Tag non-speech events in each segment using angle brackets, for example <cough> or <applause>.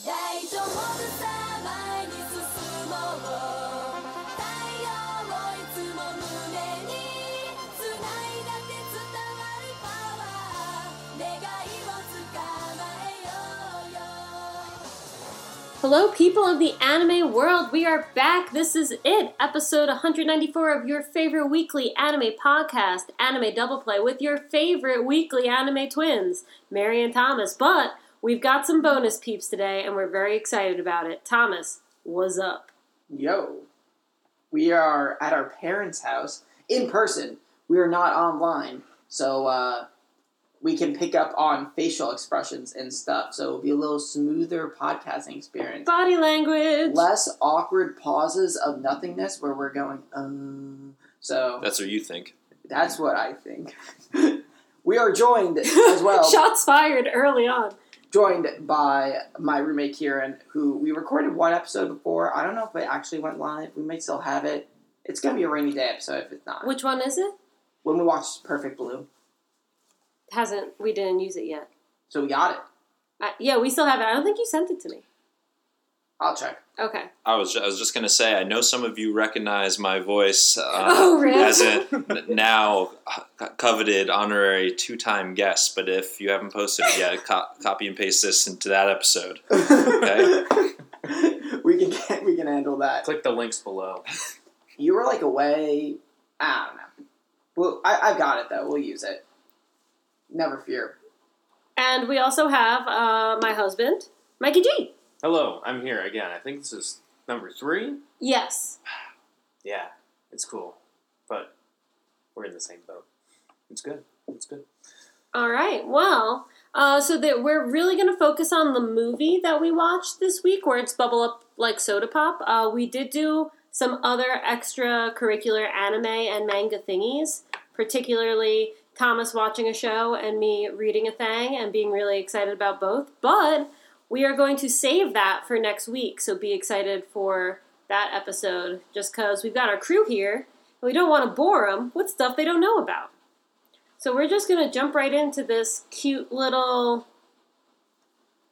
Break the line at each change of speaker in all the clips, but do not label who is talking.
以上もっとさ前に進もう太陽をいつも胸に繋いだって伝わるパワー願いを捕まえようよ
Hello, people of the anime world. We are back. This is it, episode 194 of your favorite weekly anime podcast, Anime Double Play, with your favorite weekly anime twins, Mary and Thomas. But we've got some bonus peeps today, and we're very excited about it. Thomas, what's up?
Yo, we are at our parents' house in person. We are not online, so uh, we can pick up on facial expressions and stuff. So it'll be a little smoother podcasting experience.
Body language.
Less awkward pauses of nothingness where we're going, um. So
That's what you think.
that's what I think. <laughs> we are joined as
<laughs>
well,
Shots fired early on.
joined by my roommate Kieran, who we recorded one episode before. I don't know if it actually went live. We might still have it. It's gonna be a rainy day episode if it's not.
Which one is it?
when we watched Perfect Blue.
Hasn't. We didn't use it yet.
So we got it.
Uh, yeah, we still have it. I don't think you sent it to me.
I'll check.
Okay.
I was I was just gonna say I know some of you recognize my voice uh,
<laughs> Oh, really?
as a n- now co- coveted honorary two time guest. But if you haven't posted it yet, co- copy and paste this into that episode. Okay.
<laughs> we can get, we can handle that.
Click the links below.
You were like away. I don't know. Well, I, I've got it though. We'll use it. Never fear.
And we also have uh, my husband, Mikey G.
Hello, I'm here again. I think this is number three.
Yes.
Yeah, it's cool, but we're in the same boat. It's good. It's good.
All right. Well, uh, so that we're really going to focus on the movie that we watched this week, where it's Bubble Up Like Soda Pop. Uh, we did do some other extracurricular anime and manga thingies, particularly Thomas watching a show and me reading a thing and being really excited about both. But we are going to save that for next week, so be excited for that episode just because we've got our crew here and we don't want to bore them with stuff they don't know about. So we're just gonna jump right into this cute little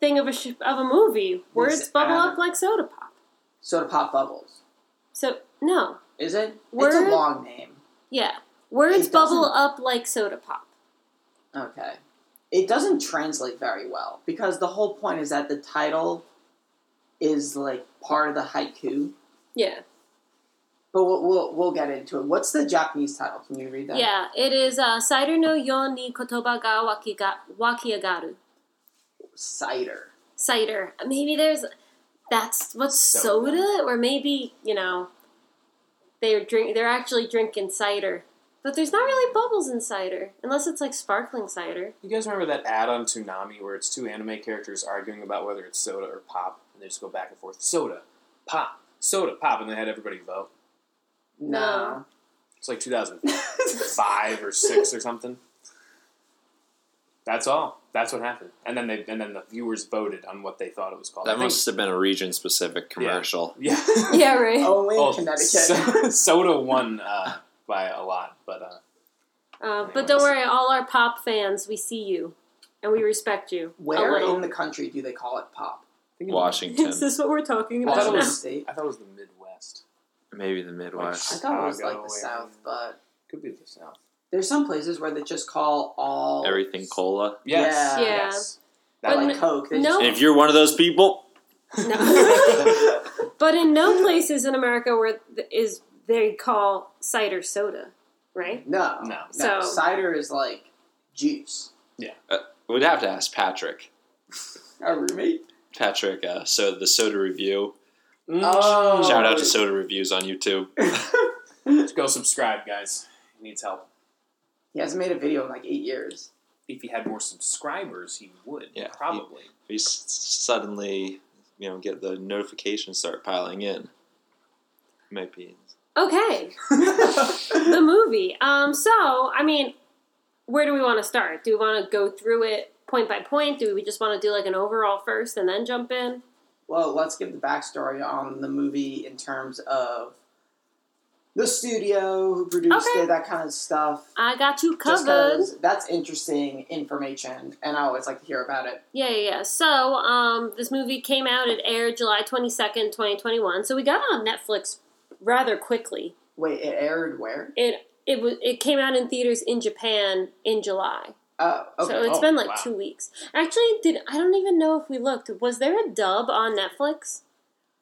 thing of a sh- of a movie. Words
This
bubble
ad-
up like soda pop.
Soda pop bubbles.
So no,
Is it? It's
Word?
a long name.
yeah, words
It doesn't-
bubble up like soda pop.
Okay. It doesn't translate very well because the whole point is that the title is like part of the haiku.
Yeah,
But we'll we'll, we'll get into it. What's the Japanese title? Can you read that?
yeah. It is uh, cider no yon ni kotoba ga wakiga- wakiagaru.
Cider.
Cider. Maybe there's that's what's soda.
Soda.
or maybe you know they're drink they're actually drinking cider, but there's not really bubbles in cider unless it's like sparkling cider.
You guys remember that ad on Toonami where it's two anime characters arguing about whether it's soda or pop, and they just go back and forth, soda, pop, soda, pop, and they had everybody vote.
No.
It's like 2005 or six or something. That's all. That's what happened. And then they and then the viewers voted on what they thought it was called. I
That
think-
must have been a region specific commercial.
<laughs> yeah.
Yeah, right.
Only
Oh,
in Connecticut.
so- <laughs> soda won uh, by a lot, but uh,
Uh, but don't worry, all our pop fans, we see you and we respect you. a
Where
little. <laughs>
in the country do they call it pop?
I think it was-
Washington,
Is this what we're talking
I
about?
thought
now?
it
Washington
was-
State.
I thought it was the Midwest.
maybe the
I
Midwest.
thought it was like
Chicago
the
area.
South, but
Could be the South.
there's some places where they just call all
Everything cola.
Yes.
Yeah.
Yes.
But
Not like
n-
Coke. They
no.
And if you're one of those people,
<laughs>
No. <laughs>
just-
but in no places in America where th- is they call cider soda, right?
no,
No.
So-
cider is like juice.
we'd have to ask Patrick.
Our
<laughs>
roommate.
Patrick, uh, so the Soda Review.
Oh,
Mm.
Shout out to Soda Reviews on YouTube.
Just go subscribe, guys. He needs help.
he hasn't made a video in like eight
<laughs>
years.
If he had more subscribers, he would
Yeah, he-
probably.
We s- suddenly, you know, get the notifications start piling in. Might be
Okay, the movie. Um, so I mean, where do we want to start? Do we want to go through it point by point? Do we just want to do like an overall first and then jump in?
Well, let's give the backstory on the movie in terms of the studio who produced
Okay.
it, that kind of stuff.
I got you
Just
covered.
'cause that's interesting information, and I always like to hear about it.
Yeah, yeah. yeah. So, um, this movie came out. It aired July twenty second, twenty twenty one. So we got it on Netflix rather quickly.
Wait, it aired where?
It it was it came out in theaters in Japan in July.
Uh, okay.
so it's
Oh,
been like
wow.
two weeks. Actually, did I don't even know if we looked. Was there a dub on Netflix?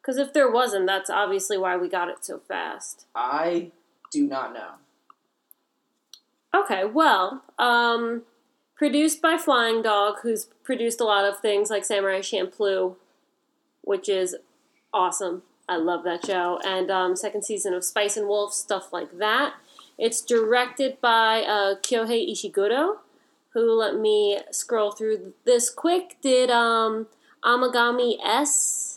Because if there wasn't, that's obviously why we got it so fast.
I do not know.
Okay, well, um, produced by Flying Dog, who's produced a lot of things like Samurai Champloo, which is awesome. I love that show. And um, second season of Spice and Wolf, stuff like that. It's directed by uh, Kyohei Ishiguro, who, let me scroll through this quick, did um, Amagami S,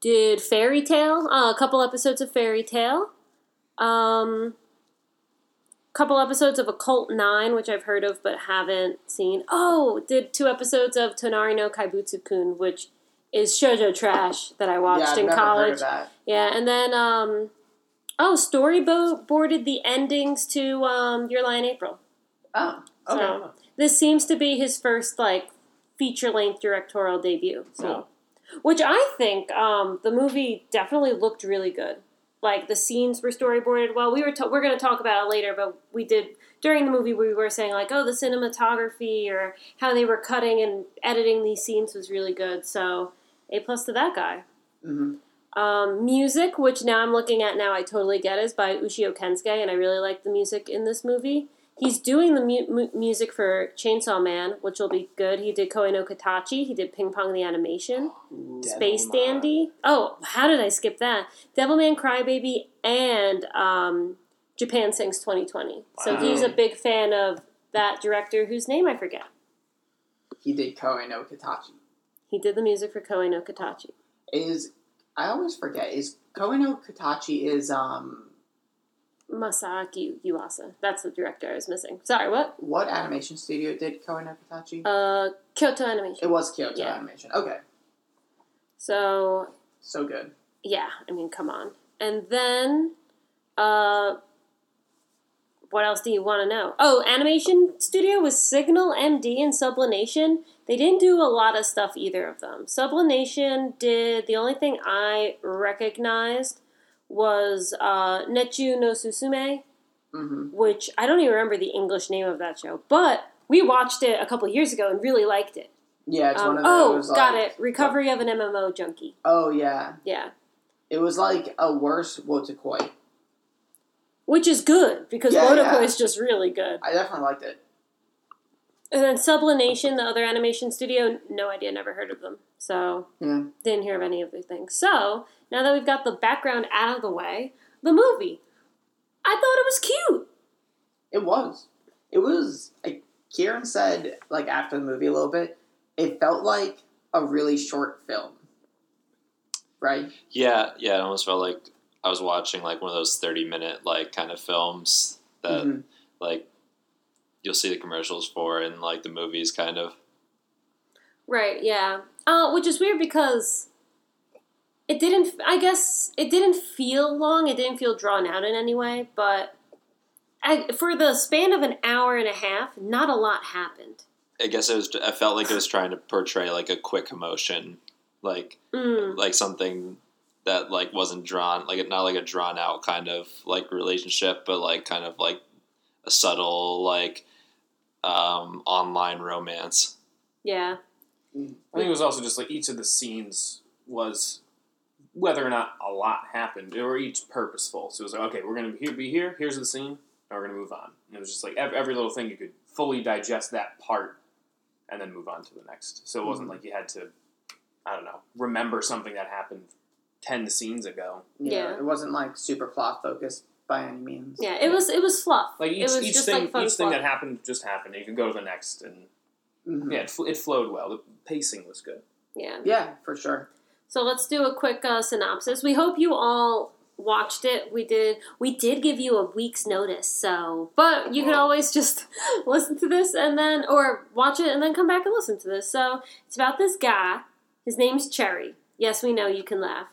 did Fairy Tale, uh, a couple episodes of Fairy Tale. Um, couple episodes of Occult Nine, which I've heard of but haven't seen. Oh, did two episodes of Tonari no Kaibutsu Kun, which is shoujo trash that I
yeah,
watched
I've
in
never
college.
heard of that.
Yeah, and then um, oh, Storyboat boarded the endings to um, Your Lie in April.
Oh, okay.
So this seems to be his first like feature length directorial debut. So, which I think um, the movie definitely looked really good. Like the scenes were storyboarded well. We were ta- we're going to talk about it later, but we did during the movie we were saying like, oh, the cinematography or how they were cutting and editing these scenes was really good. So a plus to that guy.
Mhm.
Um, music, which now I'm looking at now, I totally get is by Ushio Kensuke, and I really like the music in this movie. He's doing the mu- mu- music for Chainsaw Man, which will be good. He did Koe no Katachi. He did Ping Pong the Animation, Space
Devilman.
Dandy. Oh, how did I skip that? Devilman Crybaby and um, Japan Sings 2020. So
Wow.
he's a big fan of that director whose name I forget.
He did Koe no Katachi.
He did the music for Koe no Katachi.
Is I always forget. Is Koe no Katachi is um
Masaaki Yuasa. That's the director I was missing. Sorry, what?
what animation studio did Koe no Katachi?
Uh, Kyoto Animation.
it was Kyoto
yeah.
Animation. Okay,
So
so good.
yeah, I mean, come on. And then, uh, what else do you want to know? Oh, animation studio was Signal MD and Sublination. They didn't do a lot of stuff either of them. Sublination did the only thing I recognized was uh, Nechu no Susume,
hmm
which I don't even remember the English name of that show, but we watched it a couple years ago and really liked it.
Yeah, it's
Um,
one of
oh,
those.
got
like-
it. Recovery of an MMO junkie.
Oh yeah,
Yeah.
it was like a worse Wotakoi.
Which is good because
Yeah,
Wodoko
yeah.
is just really good.
I definitely liked it.
And then Sublination, the other animation studio, no idea, never heard of them. So
Yeah.
didn't hear of any of their things. So now that we've got the background out of the way, the movie. I thought it was cute.
It was. It was. Like, Kieran said, like after the movie a little bit, it felt like a really short film. Right.
Yeah, yeah, it almost felt like I was watching like one of those thirty minute like kind of films that
Mhm.
like you'll see the commercials for and like the movies kind of.
Right, yeah. Uh, which is weird because it didn't, I guess, it didn't feel long. It didn't feel drawn out in any way, but I, for the span of an hour and a half, not a lot happened.
I guess it was. I felt like it was trying to portray like a quick emotion, like
Mm.
like something that like wasn't drawn, like not like a drawn out kind of like relationship, but like kind of like a subtle like um, online romance.
Yeah.
I think it was also just like each of the scenes was whether or not a lot happened, they were each purposeful. So it was like, okay, we're gonna be here, be here. Here's the scene, and we're gonna move on. And it was just like ev- every little thing you could fully digest that part, and then move on to the next. So it wasn't
Hmm.
like you had to, I don't know, remember something that happened ten scenes ago.
Yeah.
It wasn't like super plot focused by any means.
Yeah, it was it was fluff.
Like each,
it was
each
just
thing,
like fun
each thing
fluff.
that happened just happened. You can go to the next, and
Mhm.
yeah,
Hmm.
it, fl- it flowed well. The pacing was good.
yeah.
Yeah, for sure.
So let's do a quick uh, synopsis. We hope you all watched it. We did. We did give you a week's notice. So, but you can
Wow.
always just <laughs> listen to this and then, or watch it and then come back and listen to this. So it's about this guy. His name's Cherry. Yes, we know you can laugh.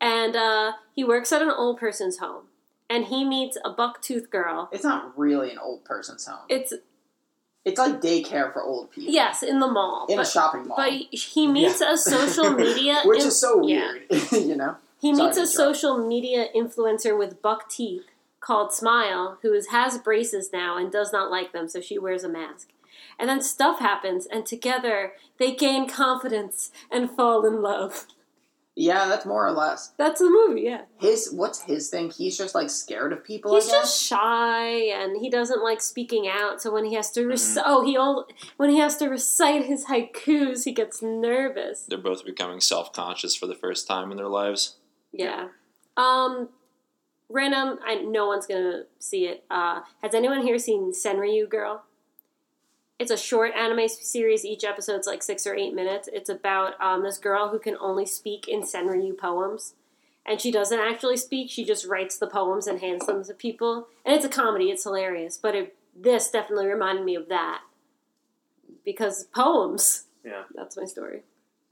And uh, he works at an old person's home. and he meets a bucktooth girl.
It's not really an old person's home.
It's
it's like daycare for old people.
yes, in the mall.
In
but,
a shopping mall.
but he meets a
<laughs>
social media
Which
in-
is so
yeah.
weird, <laughs> you know?
He
Sorry
meets
to
a
interrupt.
social media influencer with buck teeth called Smile, who is, has braces now and does not like them, so she wears a mask. And then stuff happens, and together they gain confidence and fall in love. <laughs>
Yeah, that's more or less.
That's the movie, yeah.
His what's his thing? He's just like scared of people.
He's
I guess?
just shy and he doesn't like speaking out, so when he has to rec- oh he all when he has to recite his haikus, he gets nervous.
They're both becoming self conscious for the first time in their lives.
Yeah. Um, random. I no one's gonna see it. Uh, has anyone here seen Senryu Girl? It's a short anime series. Each episode's like six or eight minutes. It's about um, this girl who can only speak in Senryu poems, and she doesn't actually speak. She just writes the poems and hands them to people. And it's a comedy. It's hilarious. But it, this definitely reminded me of that because poems.
Yeah.
That's my story.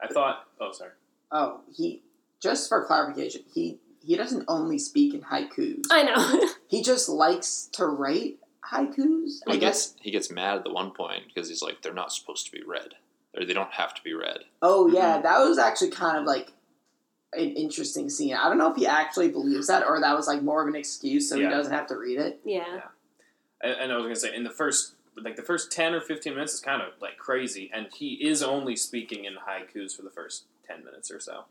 I thought. Oh, sorry.
Oh, he just for clarification, he he doesn't only speak in haikus.
I know. <laughs>
He just likes to write haikus. I
He
guess.
gets he gets mad at the one point because he's like, they're not supposed to be read, or they don't have to be read.
Oh
Mm-hmm.
yeah, that was actually kind of like an interesting scene. I don't know if he actually believes that or that was like more of an excuse so
Yeah.
he doesn't have to read it.
yeah.
And, and I was gonna say in the first, like the first ten or fifteen minutes is kind of like crazy, and he is only speaking in haikus for the first ten minutes or so.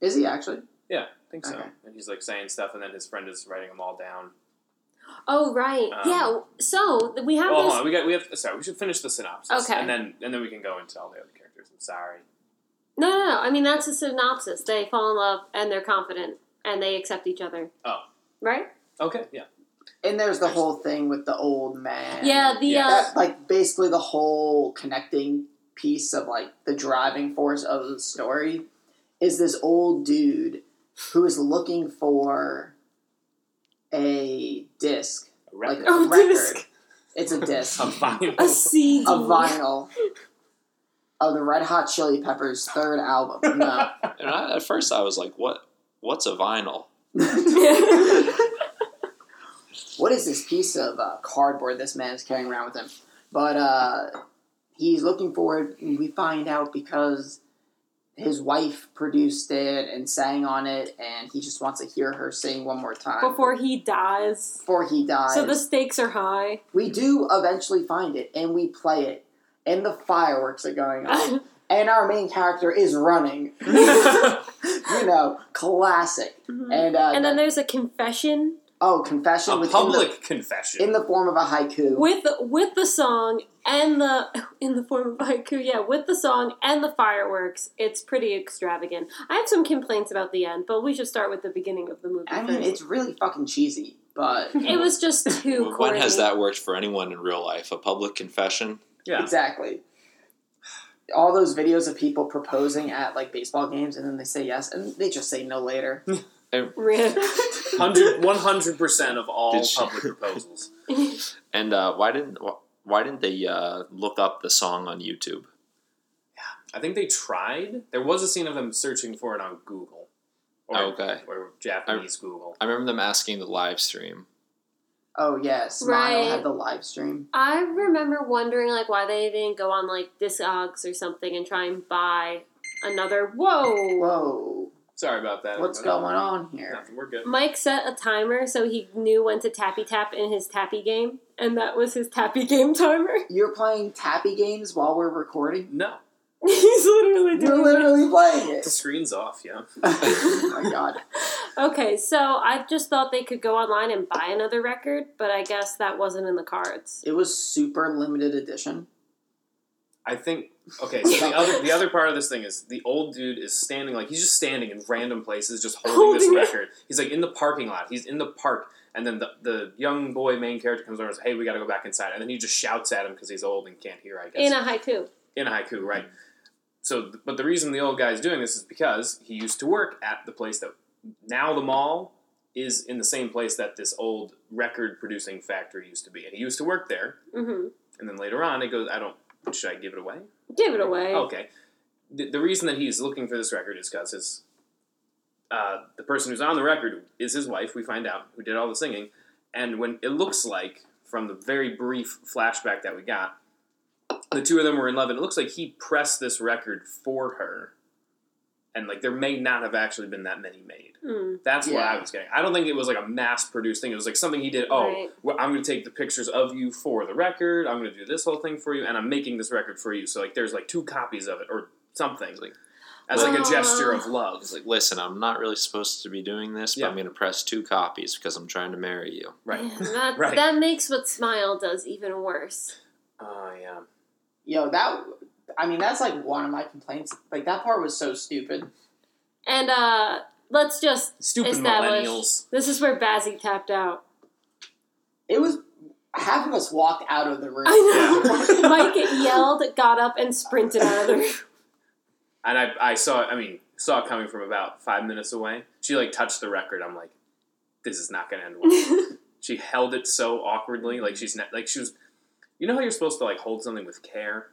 Is he actually?
Yeah, I think so.
Okay.
And he's like saying stuff, and then his friend is writing them all down.
Oh right.
Um,
yeah. So th- we have
Well,
this.
hold on. We got. We have. Sorry, we should finish the synopsis.
Okay.
And then and then we can go into all the other characters. I'm sorry.
No, no, no. I mean, that's a synopsis. They fall in love and they're confident and they accept each other.
Oh.
Right?
Okay. Yeah.
And there's the whole thing with the old man.
yeah, the.
yeah.
Uh,
That, like basically the whole connecting piece of like the driving force of the story is this old dude who is looking for a disc,
A
like
record.
a
Oh,
record.
disc.
It's <laughs> a disc,
a vinyl.
a CD.
a vinyl of the Red Hot Chili Peppers' third album. No,
<laughs> And I, at first, I was like, what What's a vinyl?
what is this piece of uh, cardboard this man is carrying around with him? But uh, he's looking for it, and we find out because his wife produced it and sang on it, and he just wants to hear her sing one more time
<laughs> Before he dies.
before he dies.
So the stakes are high.
we do eventually find it, and we play it, and the fireworks are
<laughs>
going on, and our main character is running. <laughs> you know, classic. And, uh,
And then
the-
there's a confession
oh, confession
<laughs> a
within
public
the,
confession.
in the form of a haiku.
with with the song and the <laughs> in the form of haiku. Yeah, with the song and the fireworks. It's pretty extravagant. I have some complaints about the end, but we should start with the beginning of the movie.
I mean,
first.
it's really fucking cheesy, but
it was just too.
When has
corny.
that worked for anyone in real life? A public confession?
yeah.
exactly. All those videos of people proposing at like baseball games and then they say yes and they just say no later.
Rip.
100 percent of all
Did she-
public proposals.
And uh, why didn't wh- Why didn't they uh, look up the song on YouTube?
I think they tried. There was a scene of them searching for it on Google. Or,
Oh, Okay.
Or Japanese Google.
I remember them asking the live stream.
Oh yeah, Smile
Right.
had the live stream.
I remember wondering like why they didn't go on like Discogs or something and try and buy another. Whoa!
Whoa,
Sorry about that.
what's
everybody.
going on here?
Nothing. We're good.
Mike set a timer so he knew when to tappy tap in his tappy game, and that was his tappy game timer. <laughs>
You're playing tappy games while we're
<laughs>
recording.
No,
He's literally
You're
doing
literally playing
the
it. <laughs>
screen's off. Yeah.
oh my god.
it. Okay, so I just thought they could go online and buy another record, but I guess that wasn't in the cards.
It was super limited edition.
I think. Okay.
<laughs>
So the other the other part of this thing is the old dude is standing like he's just standing in random places, just holding this
Holding it.
record. He's like in the parking lot. He's in the park, and then the the young boy main character comes over and says, "Hey, we got to go back inside." And then he just shouts at him because he's old and can't hear. I guess
In a haiku.
in haiku, right? So, but the reason the old guy is doing this is because he used to work at the place that now the mall is in the same place that this old record producing factory used to be, and he used to work there.
hmm
And then later on, it goes, I don't. Should I give it away?
Give it away.
Okay. The, the reason that he's looking for this record is because his uh, the person who's on the record is his wife. We find out who did all the singing, and when it looks like from the very brief flashback that we got, the two of them were in love, and it looks like he pressed this record for her, and like there may not have actually been that many made.
Mm.
That's what
Yeah.
I was getting. I don't think it was like a mass produced thing. It was like something he did. Oh,
Right.
well, I'm going to take the pictures of you for the record. I'm going to do this whole thing for you, and I'm making this record for you. So like, there's like two copies of it or something,
Like-
as like a
Aw.
gesture of love.
He's like, listen, I'm not really supposed to be doing this, but
Yeah.
I'm going to press two copies because I'm trying to marry you.
right.
Man, that,
Right.
that makes what Smile does even worse.
Oh yeah.
Yo, that. I mean, that's like one of my complaints. Like that part was so stupid.
And uh, let's just
Stupid
Establish.
millennials.
This is where Bazzy tapped out.
It was half of us walked out of the room.
I know. <laughs> Mike yelled, got up, and sprinted out of the room.
And I, I saw. I mean, saw it coming from about five minutes away. She like touched the record. I'm like, this is not going to end well. she held it so awkwardly like she's not like she was you know how you're supposed to like hold something with care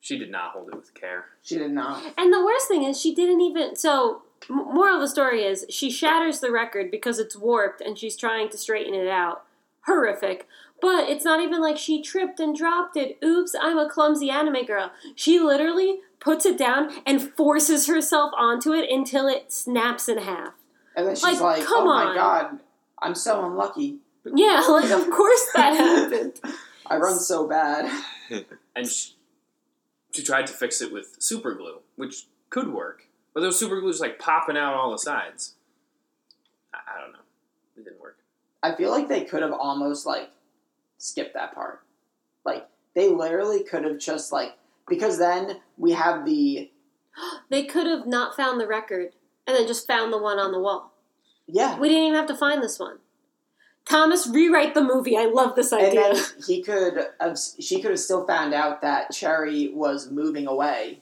she did not hold it with care
she did not.
And the worst thing is, she didn't even. So, m- moral of the story is, she shatters the record because it's warped and she's trying to straighten it out. Horrific. But it's not even like she tripped and dropped it. Oops, I'm a clumsy anime girl. She literally puts it down and forces herself onto it until it snaps in half.
And then she's
Like,
like,
come
"Oh
on."
my god, I'm so unlucky.
Yeah, like, of course that happened.
I run so bad." <laughs>
and she, she tried to fix it with super glue which could work but there was super glue just like popping out all the sides i, I don't know it didn't work
I feel like they could have almost like skipped that part. Like they literally could have just like because then we have the
They could have not found the record and then just found the one on the wall.
yeah,
We didn't even have to find this one. Thomas, rewrite the movie. I love this
and
idea.
then <laughs> he could have she could have still found out that Cherry was moving away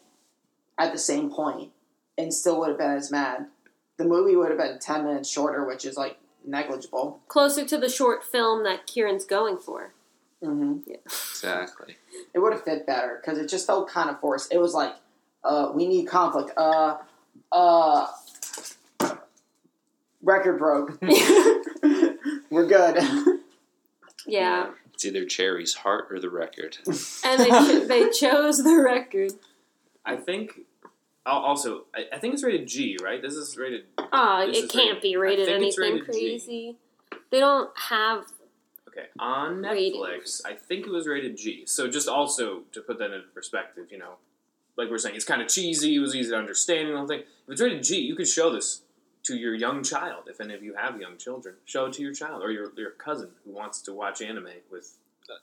at the same point and still would have been as mad. The movie would have been ten minutes shorter, which is like negligible.
<laughs> Closer to the short film that Kieran's going <laughs> for.
hmm
Exactly.
It would have fit better because it just felt kind of forced. It was like, uh, we need conflict. Uh, uh, record broke. <laughs> We're good. <laughs>
yeah,
It's either Cherry's heart or the record. <laughs>
and they cho- they chose the record.
i think al- also I, I think it's rated g right this is rated
Oh,
This
it
is
can't
rated-
be
I
rated
think it's
anything
rated G.
crazy. They don't have
Okay, on
Rating.
Netflix, I think it was rated G. So just also to put that into perspective, you know, like we we're saying, it's kind of cheesy. It was easy to understand and the whole thing. If it's rated G, you could show this to your young child, if any of you have young children. Show it to your child or your your cousin who wants to watch anime with, uh,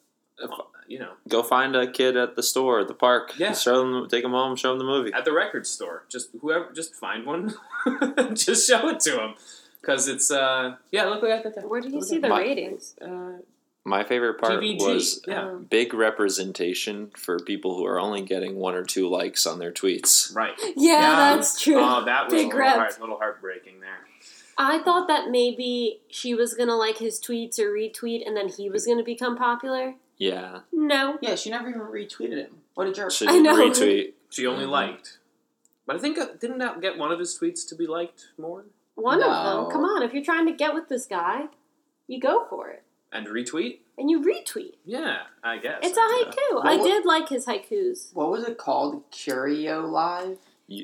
If-
you know,
Go find a kid at the store, at the park.
Yeah.
Show them, take them home, show them the movie.
at the record store. Just whoever, just find one, <laughs> just show it to them, because it's uh, yeah. Look what I got there.
Where did you see the
My-
ratings?
Uh,
My favorite part
TVG.
was uh,
yeah,
Um,
big representation for people who are only getting one or two likes on their tweets.
right.
<laughs> yeah,
Yeah.
that's true.
Oh, that was a
Big
little,
rep.
heart, little heartbreaking there.
I thought that maybe she was gonna like his tweets or retweet, and then he was gonna become popular.
Yeah.
No,
yeah, she never even retweeted him. What a jerk.
Should
I know.
retweet.
She only
Mhm.
liked. Mm-hmm. But I think uh, didn't that get one of his tweets to be liked more
one of
No.
them. Come on, if you're trying to get with this guy, you go for it
and retweet?
and you retweet.
Yeah, I guess
It's a haiku. I
what-
did like his haikus.
what was it called? Curio Live?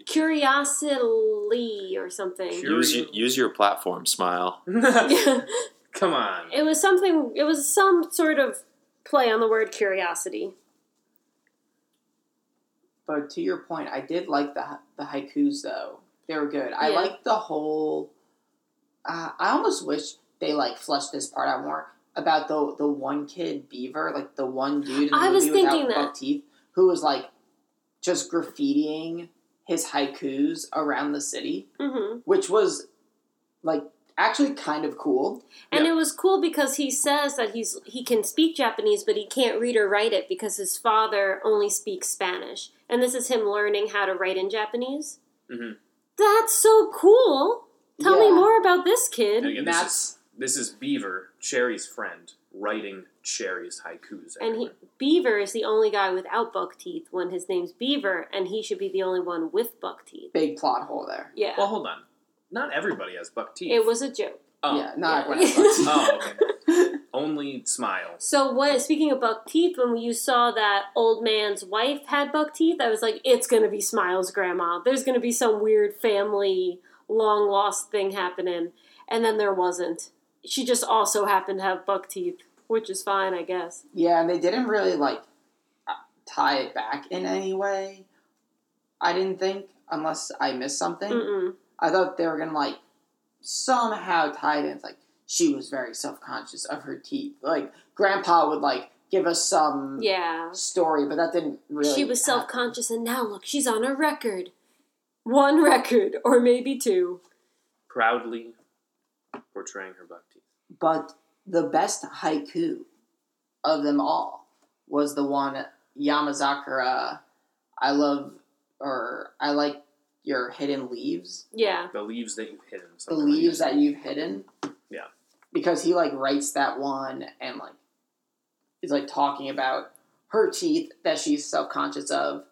Curiosity or something.
Cur-
Use,
Curio.
use your platform, smile.
<laughs>
haiku.
it
<laughs> Come on,
was something. It was some sort of play on the word curiosity.
But to your point, I did like the the haikus though. They were good. I
Yeah.
liked the whole. Uh, I almost wish they like fleshed this part out more about the the one kid beaver, like the one dude. In the
I was
movie without
thinking that.
buck teeth who was like just graffitiing his haikus around the city,
hmm
which was like actually kind of cool.
And
Yeah.
it was cool because he says that he's he can speak Japanese, but he can't read or write it because his father only speaks Spanish, and this is him learning how to write in Japanese.
Mhm.
That's so cool. Tell me
Mm-hmm. Yeah.
more about this kid.
And again,
And
this
that's
is, this is Beaver Cherry's friend writing Cherry's haikus.
And he
everywhere.
Beaver is the only guy without buck teeth when his name's Beaver, and he should be the only one with buck teeth.
big plot hole there.
Yeah.
well, hold on. Not everybody has buck teeth.
It was a joke.
Oh.
Yeah, not
Yeah.
when <laughs> I was-
<laughs> Oh, okay.
<laughs>
Only smiles.
So what? Speaking of buck teeth, when you saw that old man's wife had buck teeth, I was like, it's gonna be Smiles' grandma. There's gonna be some weird family long lost thing happening, and then there wasn't. She just also happened to have buck teeth, which is fine, I guess.
Yeah, and they didn't really like uh, tie it back in any way. I didn't think, unless I missed something.
Mm-mm.
I thought they were gonna like somehow tie it in. It's like she was very self conscious of her teeth. Like Grandpa would like give us some
Yeah,
story, but that didn't really.
she was self
happen.
conscious, and now look, she's on a record, one record or maybe two.
Proudly portraying her buck teeth.
But the best haiku of them all was the one Yamazakura. I love or I like your hidden leaves.
Yeah,
The leaves that you've hidden.
the
something like
leaves that you've hidden.
Yeah.
Because he like writes that one and like he's like talking about her teeth that she's self conscious of.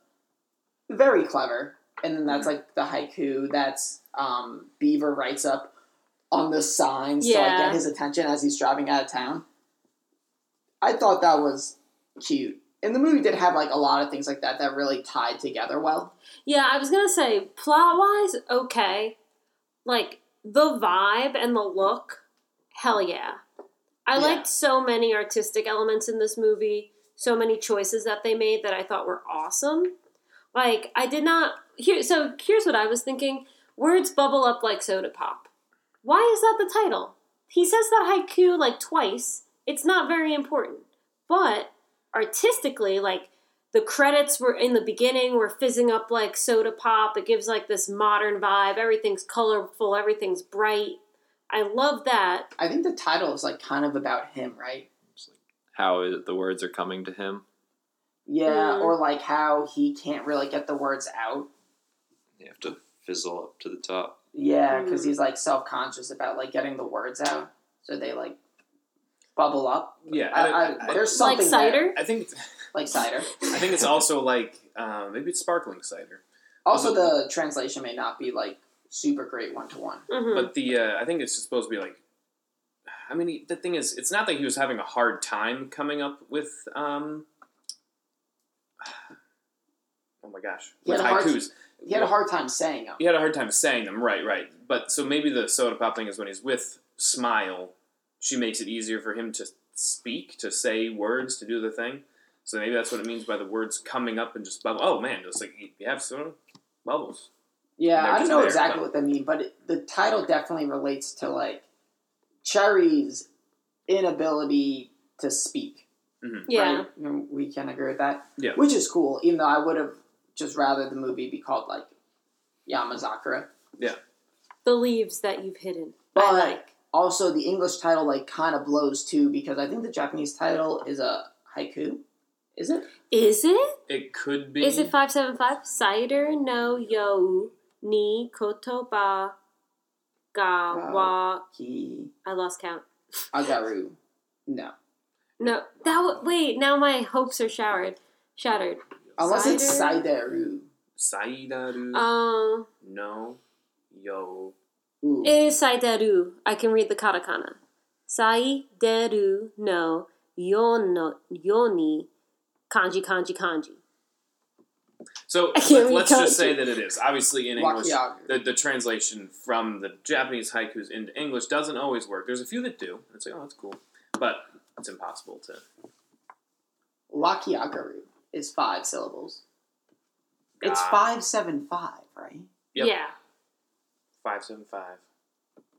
Very clever. And then that's like the haiku that's um, Beaver writes up on the signs to like
Yeah.
get his attention as he's driving out of town. I thought that was cute. And the movie did have like a lot of things like that that really tied together well.
Yeah, I was gonna say plot wise, okay. Like the vibe and the look, hell yeah. I
Yeah.
liked so many artistic elements in this movie, so many choices that they made that I thought were awesome. Like I did not here so here's what I was thinking. Words bubble up like soda pop. Why is that the title? He says that haiku like twice. It's not very important. But artistically, like the credits were in the beginning were fizzing up like soda pop. It gives like this modern vibe. Everything's colorful, everything's bright. I love that.
I think the title is like kind of about him, right?
How is the words are coming to him?
Yeah,
Mm.
or like how he can't really get the words out.
You have to fizzle up to the <laughs> top.
Yeah, because
Mm.
he's like self conscious about like getting the words out, so they like bubble up.
that. Yeah.
I,
and
I,
I-
there's
Like
something there.
cider.
I think it's-
like cider.
I think it's also like um, maybe it's sparkling cider,
Also, the translation may not be like super great one to one.
hmm
but the uh, I think it's supposed to be like. I mean, he- the thing is, it's not that he was having a hard time coming up with. Um, <sighs> oh my gosh,
He
with
had a hard-
haikus.
He had a hard time saying them.
He had a hard time saying them, right? Right. But so maybe the soda pop thing is when he's with Smile, she makes it easier for him to speak, to say words, to do the thing. So maybe that's what it means by the words coming up and just bubble. Oh man, just like you have soda bubbles.
Yeah,
They're
I don't
just
know
there,
exactly
but-
what they mean, but it, the title definitely relates to like Cherry's inability to speak.
Yeah.
right? And we can agree with that.
Yeah.
Which is cool, even though I would have just rather the movie be called like Yamazakura.
The leaves that you've hidden. I
But-
like.
Also, the English title like kind of blows too because I think the Japanese title is a haiku. Is it?
Is it?
It could be.
Is it 575? Cider no yo ni kotoba ga wa.
He
I lost count.
agaru. No,
No, that w- wait. Now my hopes are showered, shattered.
unless it's
Cider?
saideru. Mm.
Saidaru
Uh,
Um,
no yo.
Ooh.
it is saideru. Eh, I can read the katakana. Saideru no yono yoni kanji kanji kanji.
So
I can't
let, us
recall.
just say that it is obviously in English.
Wakiagu.
The, the translation from the Japanese haikus into English doesn't always work. There's a few that do. It's like, oh, that's cool, but it's impossible to.
Wakiagaru is five syllables. It's
God.
five seven five, right?
Yep.
Yeah,
Five seven five.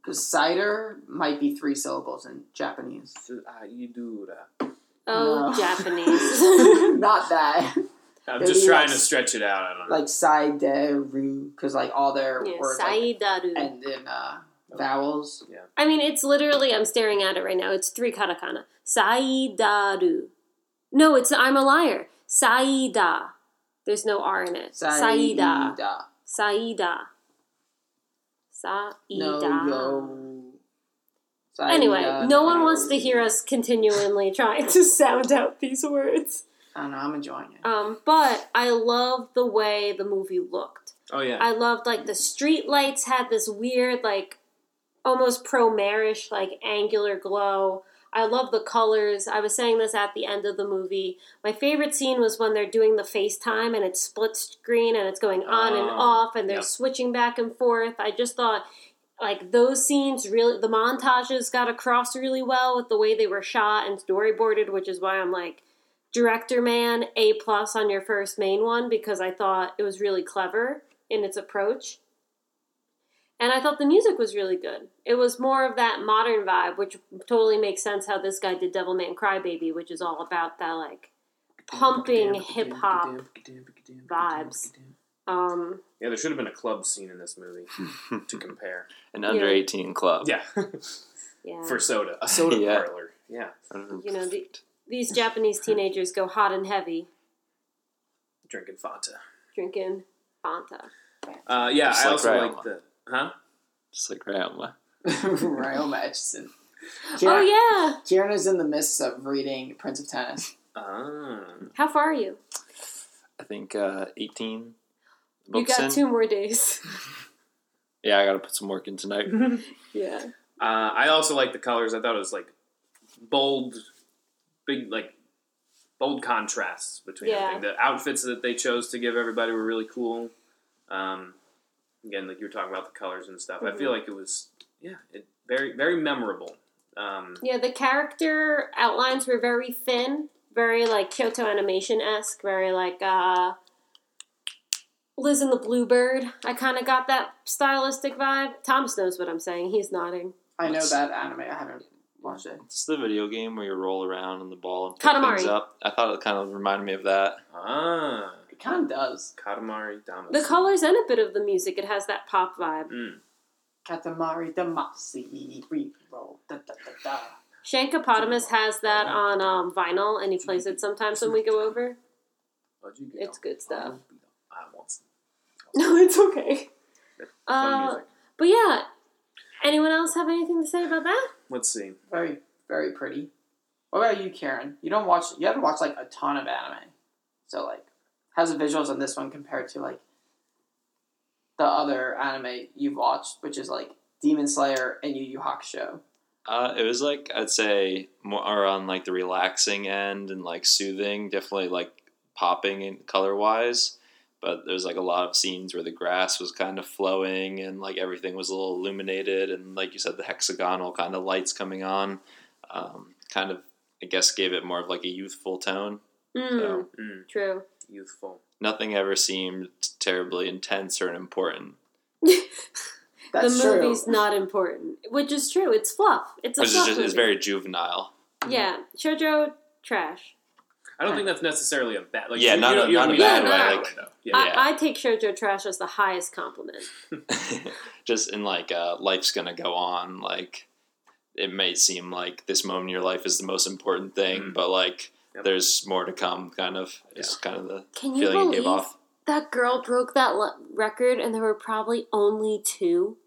Because cider might be three syllables in Japanese.
Ah, Sayidura.
oh
No. <laughs>
Japanese.
Uh,
<laughs>
Not that.
I'm
Maybe
just trying
that's-
to stretch it out. I don't know.
like saideru because like all their
yeah,
words like,
saidaru.
end in uh, vowels.
I mean, it's literally. I'm staring at it right now. It's three katakana. Saidaru. No, it's. I'm a liar. Saida. There's no R in it. Saida.
Saida.
Saida. Saida.
No yo. Saida,
Anyway, no one
no.
wants to hear us continually <laughs> trying to sound out these words.
I don't know. I'm enjoying it.
Um, but I love the way the movie looked.
Oh yeah.
I loved like the street lights had this weird like almost pro marish like angular glow. I love the colors. I was saying this at the end of the movie. My favorite scene was when they're doing the FaceTime and it's split screen and it's going on and
Oh,
off and they're
yeah.
switching back and forth. I just thought like those scenes really the montages got across really well with the way they were shot and storyboarded, which is why I'm like director man a plus on your first main one because i thought it was really clever in its approach and i thought the music was really good it was more of that modern vibe which totally makes sense how this guy did devilman crybaby which is all about that like pumping hip-hop vibes. um
Yeah, there should have been a club scene in this movie
<laughs>
to compare.
An under
Yeah.
18 club.
Yeah, <laughs>
yeah
for soda, a soda
Yeah.
parlor. Yeah,
you know the, these japanese teenagers go hot and heavy
drinking Fanta.
drinking fanta
Uh, yeah,
Just
I
like
also
Rayoma.
like the huh.
Just like Rayoma.
<laughs> Ryoma
<laughs>
Etchison.
oh yeah
Kieran is in the midst of reading Prince of Tennis.
Ah,
how far are you
I think uh, 18
you
books
got
in.
two more days <laughs>
Yeah, I got to put some work in tonight.
Mm-hmm. yeah
uh, I also like the colors. I thought it was like bold, big like bold contrasts between
Yeah.
everything. The outfits that they chose to give everybody were really cool. Um, again, like you were talking about the colors and stuff. I feel
Mm-hmm.
like it was yeah, it, very very memorable. Um,
Yeah, the character outlines were very thin, very like Kyoto animation esque, very like uh, Liz and the Bluebird. I kind of got that stylistic vibe. Thomas knows what I'm saying. He's nodding.
I know
What's-
that anime. I haven't watched it.
It's the video game where you roll around in the ball and pick
Katamari.
things up. I thought it kind of reminded me of that.
ah,
It kind of does.
Katamari Damacy.
The colors and a bit of the music. It has that pop vibe.
Mm.
Katamari Damacy reroll. Da, da, da, da.
Shankopotamus has that on um, vinyl, and he plays it sometimes when we go over. <laughs>
What'd Oh, you get?
It's good stuff.
I want some
No, it's okay.
fun
Uh,
music.
but yeah, anyone else have anything to say about that?
Let's see.
Very, very pretty. What about you, Karen? You don't watch. You haven't watched like a ton of anime. So like, how's the visuals on this one compared to like the other anime you've watched, which is like Demon Slayer and Yu Yu Hakusho?
Uh, it was like I'd say more on like the relaxing end and like soothing, definitely like popping in color wise. But there's like a lot of scenes where the grass was kind of flowing and like everything was a little illuminated and like you said, the hexagonal kind of lights coming on, um, kind of I guess gave it more of like a youthful tone.
Mm,
Mm,
True.
youthful.
Nothing ever seemed terribly intense or important.
That's
the
true.
movie's not important, which is true. It's fluff. It's a
Which is
fluff
just is
movie.
very juvenile.
yeah. Shoujo trash.
I don't think that's necessarily a bad. Like,
Yeah,
you,
not
you
a-
don't- you
not
don't
a
mean
bad
that
way,
in a
like-
though. Yeah,
Yeah.
I, I take shoujo trash as the highest compliment.
<laughs> just in like uh, life's gonna go on like it may seem like this moment in your life is the most important thing
Mhm.
but like
Yep.
there's more to come kind of It's kind of the
Can you
feeling it
believe
gave off
that girl broke that le- record and there were probably only two?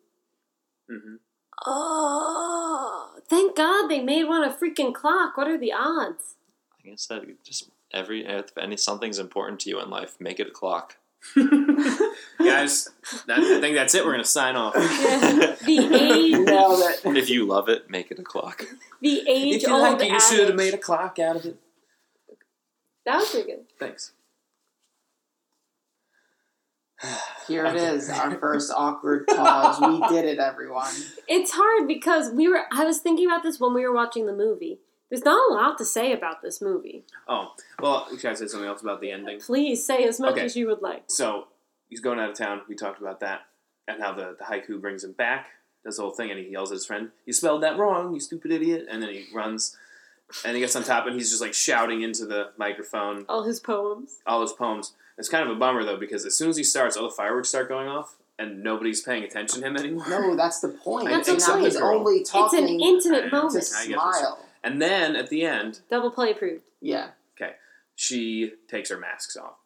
Mhm.
Oh, thank God they made one a freaking clock. What are the
<laughs>
odds?
i guess that just every if any something's important to you in life make it a clock <laughs>
<laughs> guys, that, I think that's it. We're gonna sign off.
Yeah. the age,
Nailed it.
if you love it make it a clock
the age old adage.
clock out of it.
That was pretty good.
Thanks.
Here it
Okay.
is, our first awkward pause. We did it, everyone.
It's hard because we were. I was thinking about this when we were watching the movie. There's not a lot to say about this movie.
Oh well, can I say something else about the ending?
Please say as much
Okay.
as you would like.
So he's going out of town. We talked about that and how the, the haiku brings him back. Does the whole thing, and he yells at his friend, "You spelled that wrong, you stupid idiot!" And then he runs, and he gets on top, and he's just like shouting into the microphone
All his poems.
all his poems. It's kind of a bummer though because as soon as he starts, all the fireworks start going off, and nobody's paying attention to him anymore.
No, that's the point.
That's
and
the
now
point.
he's only
It's an
talking
I-
intimate
to
moment.
I get what you're
smile.
And then at the end,
Double play approved.
Yeah.
she takes her masks off.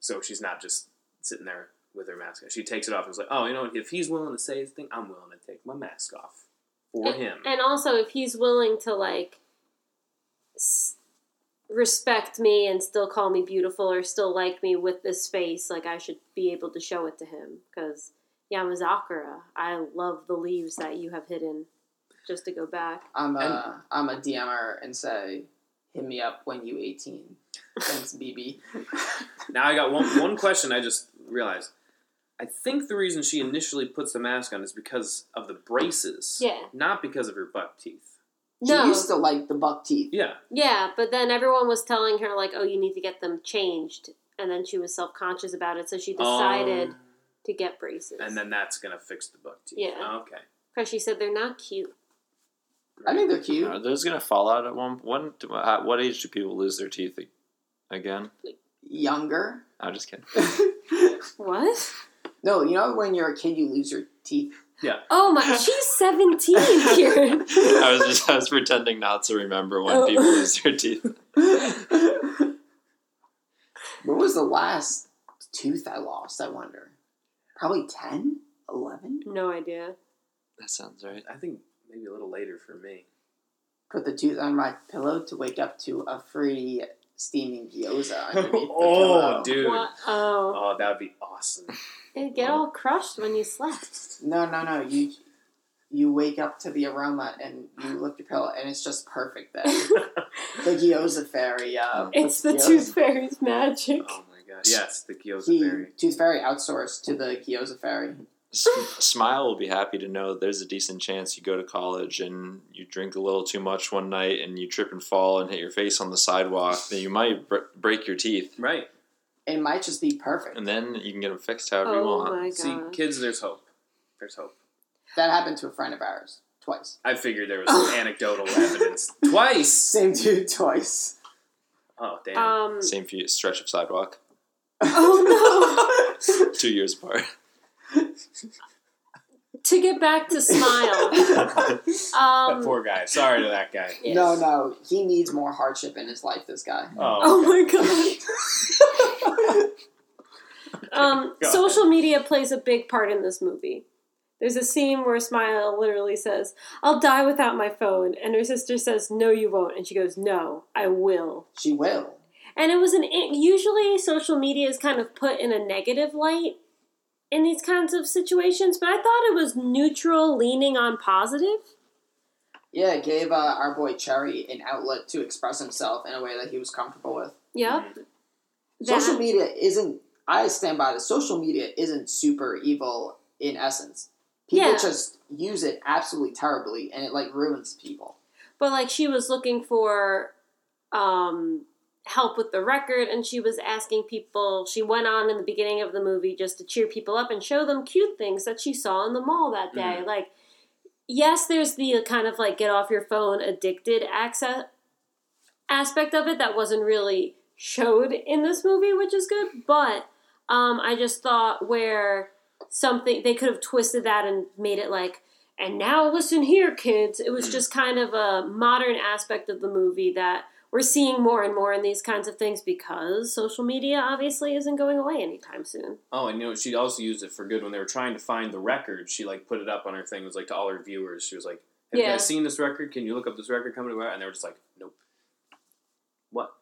So she's not just sitting there with her mask on. She takes it off and is like, oh, you know what? If he's willing to say his thing, I'm willing to take my mask off for
and,
him.
And also, if he's willing to like s- respect me and still call me beautiful or still like me with this face, like I should be able to show it to him. Because Yamazakura, I love the leaves that you have hidden. Just to go back,
I'm
And-
a am a DMer and say, hit me up when you 18. Thanks, BB.
Now I got one one question. I just realized. I think the reason she initially puts the mask on is because of the braces.
Yeah.
Not because of her buck teeth.
no,
She used to like the buck teeth.
Yeah.
Yeah, but then everyone was telling her like, "Oh, you need to get them changed," and then she was self conscious about it, so
Oh.
she decided
Um,
to get braces.
and then that's gonna fix the buck teeth.
Yeah.
Okay.
because she said they're not cute.
I think they're cute.
Are those gonna fall out at one? When? do- At what age do people lose their teeth a- again?
Younger.
I'm just kidding.
What?
No, you know when you're a kid, you lose your teeth. <laughs>
Oh my, she's seventeen, Kieran.
<laughs> I was just I was pretending not to remember when
Oh.
people lose their teeth.
when was the last tooth I lost, I wonder? Probably 10? 11?
<laughs> No idea.
That sounds right.
I think maybe a little later for me.
Put the tooth on my pillow to wake up to a free steaming gyoza underneath the
<laughs> oh,
pillow.
dude.
What? Oh,
Oh, that would be awesome.
it get all crushed when you slept.
No, no, no. You you wake up to the aroma and you lift your pillow and it's just perfect then. the gyoza fairy. Uh,
It's the
puts
tooth fairy's magic.
Oh
<laughs>
my god. Yes, the gyoza
He,
berry.
tooth fairy outsourced to the gyoza fairy.
S- Smile will be happy to know there's a decent chance you go to college and you drink a little too much one night and you trip and fall and hit your face on the sidewalk. Then you might br- break your teeth,
Right.
Oh
It might just be perfect.
and then you can get them fixed however you
Oh
want.
my
See,
god.
kids, there's hope. There's hope.
That happened to a friend of ours twice.
I figured there
<laughs>
was some anecdotal evidence. Twice.
Same dude <laughs> twice.
Oh damn.
Um.
Same few, stretch
<laughs>
of sidewalk,
Oh
two years apart.
no. to get back to
<laughs>
smile.
that
Um.
poor guy. Sorry to
<laughs>
that guy.
yes.
<laughs> No, no. He needs more hardship in his life, this guy.
Oh,
Oh
okay.
my god. um,
go
social media plays a big part in this movie. There's a scene where Smile literally says, "I'll die without my phone," and her sister says, "No, you won't," and she goes, "No, I will."
She will.
And it was an it, usually social media is kind of put in a negative light in these kinds of situations, but I thought it was neutral, leaning on positive.
Yeah, it gave uh, our boy Cherry an outlet to express himself in a way that he was comfortable with.
Yep.
Social
That-
media isn't. I stand by this. Social media isn't super evil in essence. People
Yeah.
just use it absolutely terribly, and it like ruins people.
but like she was looking for um help with the record and she was asking people she went on in the beginning of the movie just to cheer people up and show them cute things that she saw in the mall that day like yes there's the uh, kind of like get off your phone addicted access aspect of it that wasn't really showed in this movie which is good but um i just thought where something they could have twisted that and made it like and now listen here kids it
Hmm.
was just kind of a modern aspect of the movie that we're seeing more and more in these kinds of things because social media obviously isn't going away anytime soon
Oh, and you know, she also used it for good when they were trying to find the record. She like put it up on her thing. It was like to all her viewers. She was like, "Have you
Yeah.
guys seen this record? Can you look up this record company?" And they were just like, "Nope." What?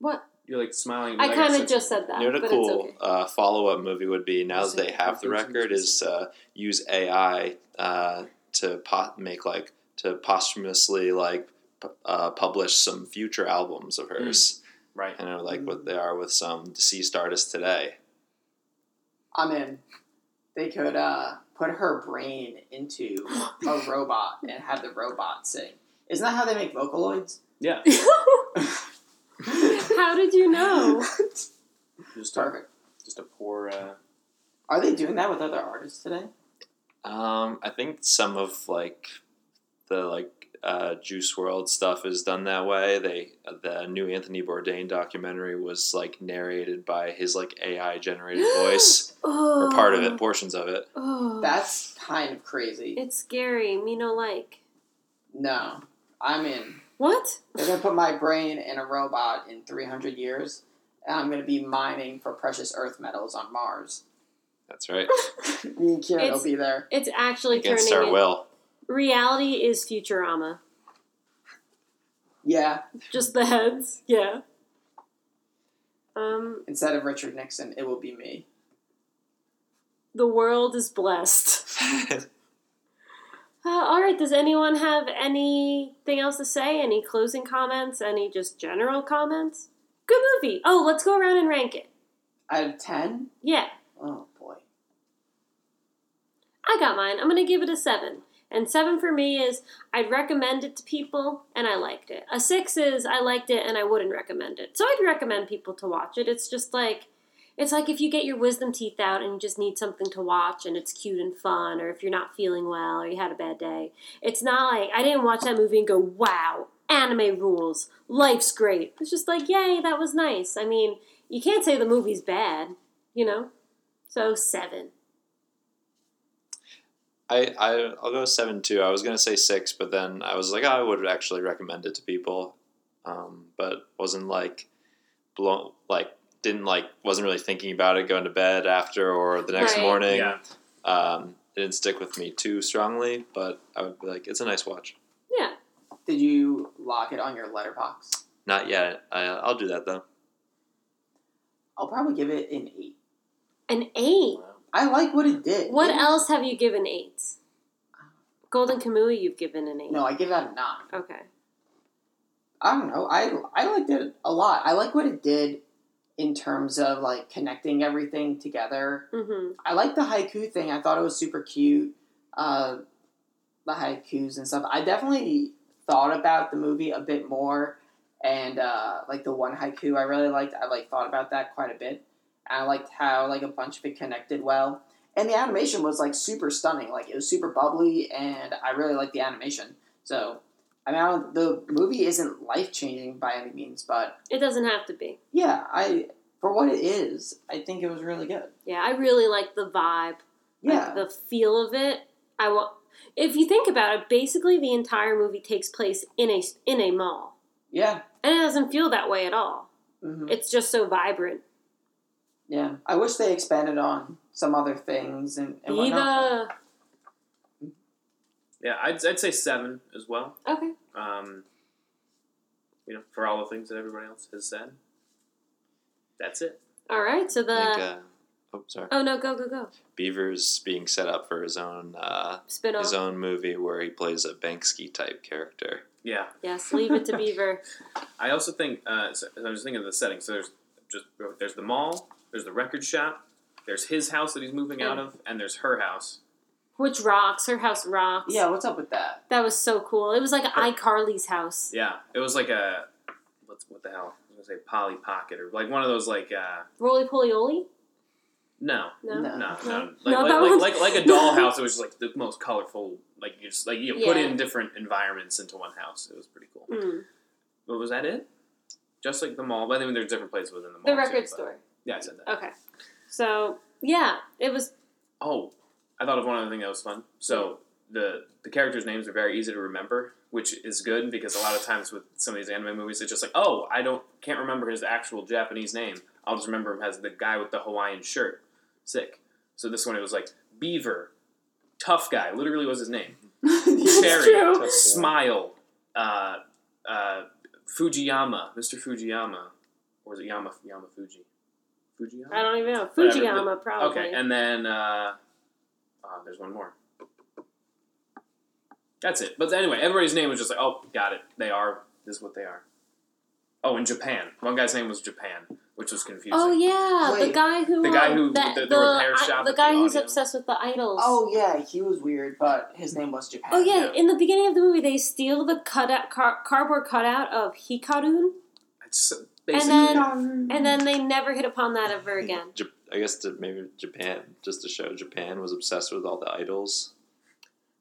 what
You're like smiling.
i
like
kind
said-
of just said <laughs> that
You know what a
but
cool
it's okay
uh, follow-up movie would be now
Is
that they
it-
have the
is it-
record is uh, use AI uh, to po- make like to posthumously like p- uh, publish some future albums of hers.
right.
I know like what they are with some deceased artists today.
I mean, they could uh, put her brain into a
<gasps>
robot and have the robot sing. Isn't that how they make Vocaloids?
<laughs>
Yeah.
how did you know
Just a,
Perfect.
just a poor. Uh,
Are they doing that with other artists today?
Um, I think some of like the like uh, Juice World stuff is done that way. They uh, the new Anthony Bourdain documentary was like narrated by his like AI generated voice
oh
<laughs> or part of it, portions of it.
oh.
That's kind of crazy.
it's scary me no like
No, I'm in.
what
They're gonna put my brain in a robot in 300 years, and I'm gonna be mining for precious earth metals on Mars.
That's right.
Me and Kieran
It's-
will be there.
it's actually
Against
turning
our
in-
will.
reality is futurama
Yeah,
Just the heads. Yeah. Um,
instead of Richard Nixon, it will be me.
the world is blessed. <laughs> Uh, all right. Does anyone have anything else to say? Any closing comments? Any just general comments? Good movie. Oh, let's go around and rank it.
Out of ten?
Yeah,
Oh boy.
I got mine. I'm gonna give it a seven. And seven for me is I'd recommend it to people and I liked it. A six is I liked it and I wouldn't recommend it. So I'd recommend people to watch it. It's just like it's like if you get your wisdom teeth out and you just need something to watch and it's cute and fun, or if you're not feeling well or you had a bad day. It's not like I didn't watch that movie and go, wow, anime rules, life's great. It's just like, yay, that was nice. I mean, you can't say the movie's bad, you know? So seven.
I, I I'll go seven two. I was gonna say six, but then I was like, oh, I would actually recommend it to people, um, but wasn't like blown like didn't like wasn't really thinking about it going to bed after or the next
Right.
morning.
Yeah.
Um, it didn't stick with me too strongly, but I would be like, it's a nice watch.
Yeah.
Did you lock it on your letterbox?
Not yet. I, I'll do that though.
I'll probably give it an eight.
An eight.
I like what it did.
What
It-
else have you given eights? Golden Kamuy, you've given an eight.
No, I give it a nine.
Okay.
I don't know. I I liked it a lot. I like what it did in terms of like connecting everything together.
Mm-hmm.
I like the haiku thing. I thought it was super cute. Uh, the haikus and stuff. I definitely thought about the movie a bit more, and uh, like the one haiku I really liked, I like thought about that quite a bit. And I liked how like a bunch of it connected well, and the animation was like super stunning. Like it was super bubbly, and I really liked the animation. So I mean, I don't, the movie isn't life changing by any means, but
It doesn't have to be.
yeah, I for what it is, I think it was really good.
Yeah, I really like the vibe,
Yeah.
like the feel of it. I wa- If you think about it, basically the entire movie takes place in a in a mall,
Yeah.
and it doesn't feel that way at all.
hmm
It's just so vibrant.
Yeah. I wish they expanded on some other things and, and whatnot.
Viva.
Yeah, I'd, I'd say seven as well.
Okay.
Um, you know, for all the things that everybody else has said. That's it.
All right. So
I think,
the.
uh, oh, sorry.
Oh no! Go go go!
Beaver's being set up for his own uh,
Spin
his
off.
own movie where he plays a Banksy type character.
Yeah.
Yes. Leave it to Beaver.
I also think uh, so, I was thinking of the setting. So there's just there's the mall, there's the record shop, there's his house that he's moving out of, and there's her house.
Which rocks? Her house rocks.
Yeah, what's up with that?
That was so cool. It was like iCarly's house.
Yeah, it was like a what's what the hell? I was gonna say Polly Pocket or like one of those like uh,
Roly poly oly?
no.
No.
No, no,
No.
Like,
No,
like,
that
like,
was-
like, like
<laughs>
a dollhouse. It was just like the most colorful. Like you just like you put
Yeah.
in different environments into one house. It was pretty cool.
Mm.
But was that it? Just like the mall, but I mean, there's different places within the mall.
The
too,
record
but-
store.
Yeah, I said that.
Okay. So, yeah, it was.
Oh, I thought of one other thing that was fun. So the the characters' names are very easy to remember, which is good because a lot of times with some of these anime movies, it's just like, oh, I don't can't remember his actual Japanese name. I'll just remember him as the guy with the Hawaiian shirt. Sick. So this one, it was like Beaver, tough guy. Literally was his name. Cherry,
true.
Tough guy.
Smile, uh, uh, Fujiyama, Mr. Fujiyama, or is it Yama Yama Fuji? Fujiyama.
I don't even know.
Whatever.
Fujiyama, probably.
Okay, and then uh, uh, there's one more. That's it. But anyway, everybody's name was just like, oh, got it. They are. This is what they are. Oh, in Japan, one guy's name was Japan, which was confusing.
oh, yeah. The
Wait.
guy who.
The guy
um,
who-
that-
the- the repair
I-
shop
the
at
guy
the
who's
audio.
obsessed with the idols.
Oh yeah, he was weird, but his name was Japan.
Oh, yeah,
yeah.
in the beginning of the movie, they steal the cutout, car, cardboard cutout of Hikarun,
It's basically Mm-hmm.
then-
Um,
and then they never hit upon that ever again.
Ja- I guess to maybe Japan, just to show Japan was obsessed with all the idols.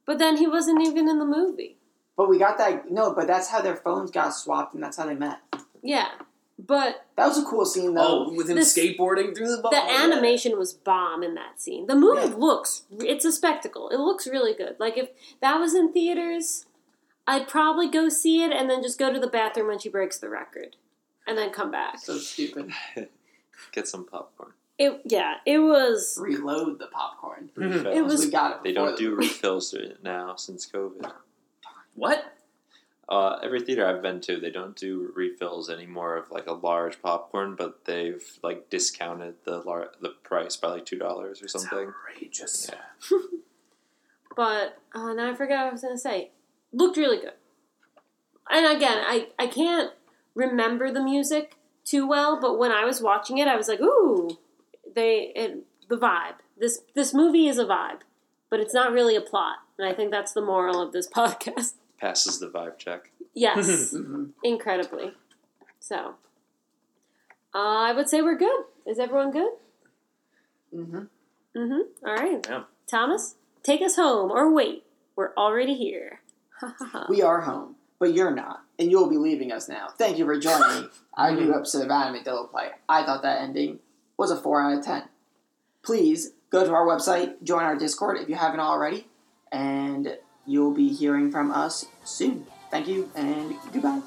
But then he wasn't even in the movie.
But we got that no, but that's how their phones got swapped and that's how they met.
Yeah. But
That was a cool scene though.
oh, with him
This-
skateboarding through the ball.
The
yeah.
animation was bomb in that scene. The movie
Yeah.
looks it's a spectacle. It looks really good. Like if that was in theaters, I'd probably go see it and then just go to the bathroom when she breaks the record and then come back.
So stupid.
Get some popcorn.
It yeah, it was
Reload the popcorn.
Refills.
Mm-hmm. It was-
we got it.
<laughs>
They
before
don't do
the-
refills now since COVID.
What?
Uh, every theater I've been to, they don't do refills anymore of like a large popcorn, but they've like discounted the lar- the price by like two dollars or something.
outrageous.
Yeah.
But uh, now I forgot what I was going to say. Looked really good. And again, I, I can't remember the music too well, but when I was watching it, I was like, ooh, they it, the vibe. This this movie is a vibe, but it's not really a plot. And I think that's the moral of this <laughs> podcast.
Passes the vibe check.
Yes,
hmm
incredibly. So, uh, I would say we're good. Is everyone good?
hmm
Mm-hmm. All right.
Yeah.
Thomas, take us home, or wait, we're already here. <laughs> Ha ha ha.
Uh, We are home, but you're not, and you'll be leaving us now. Thank you for joining me. I new episode of Anime Double Play. I thought that ending was a 4 out of 10. Please go to our website, join our Discord if you haven't already, and you'll be hearing from us soon. Thank you, and goodbye.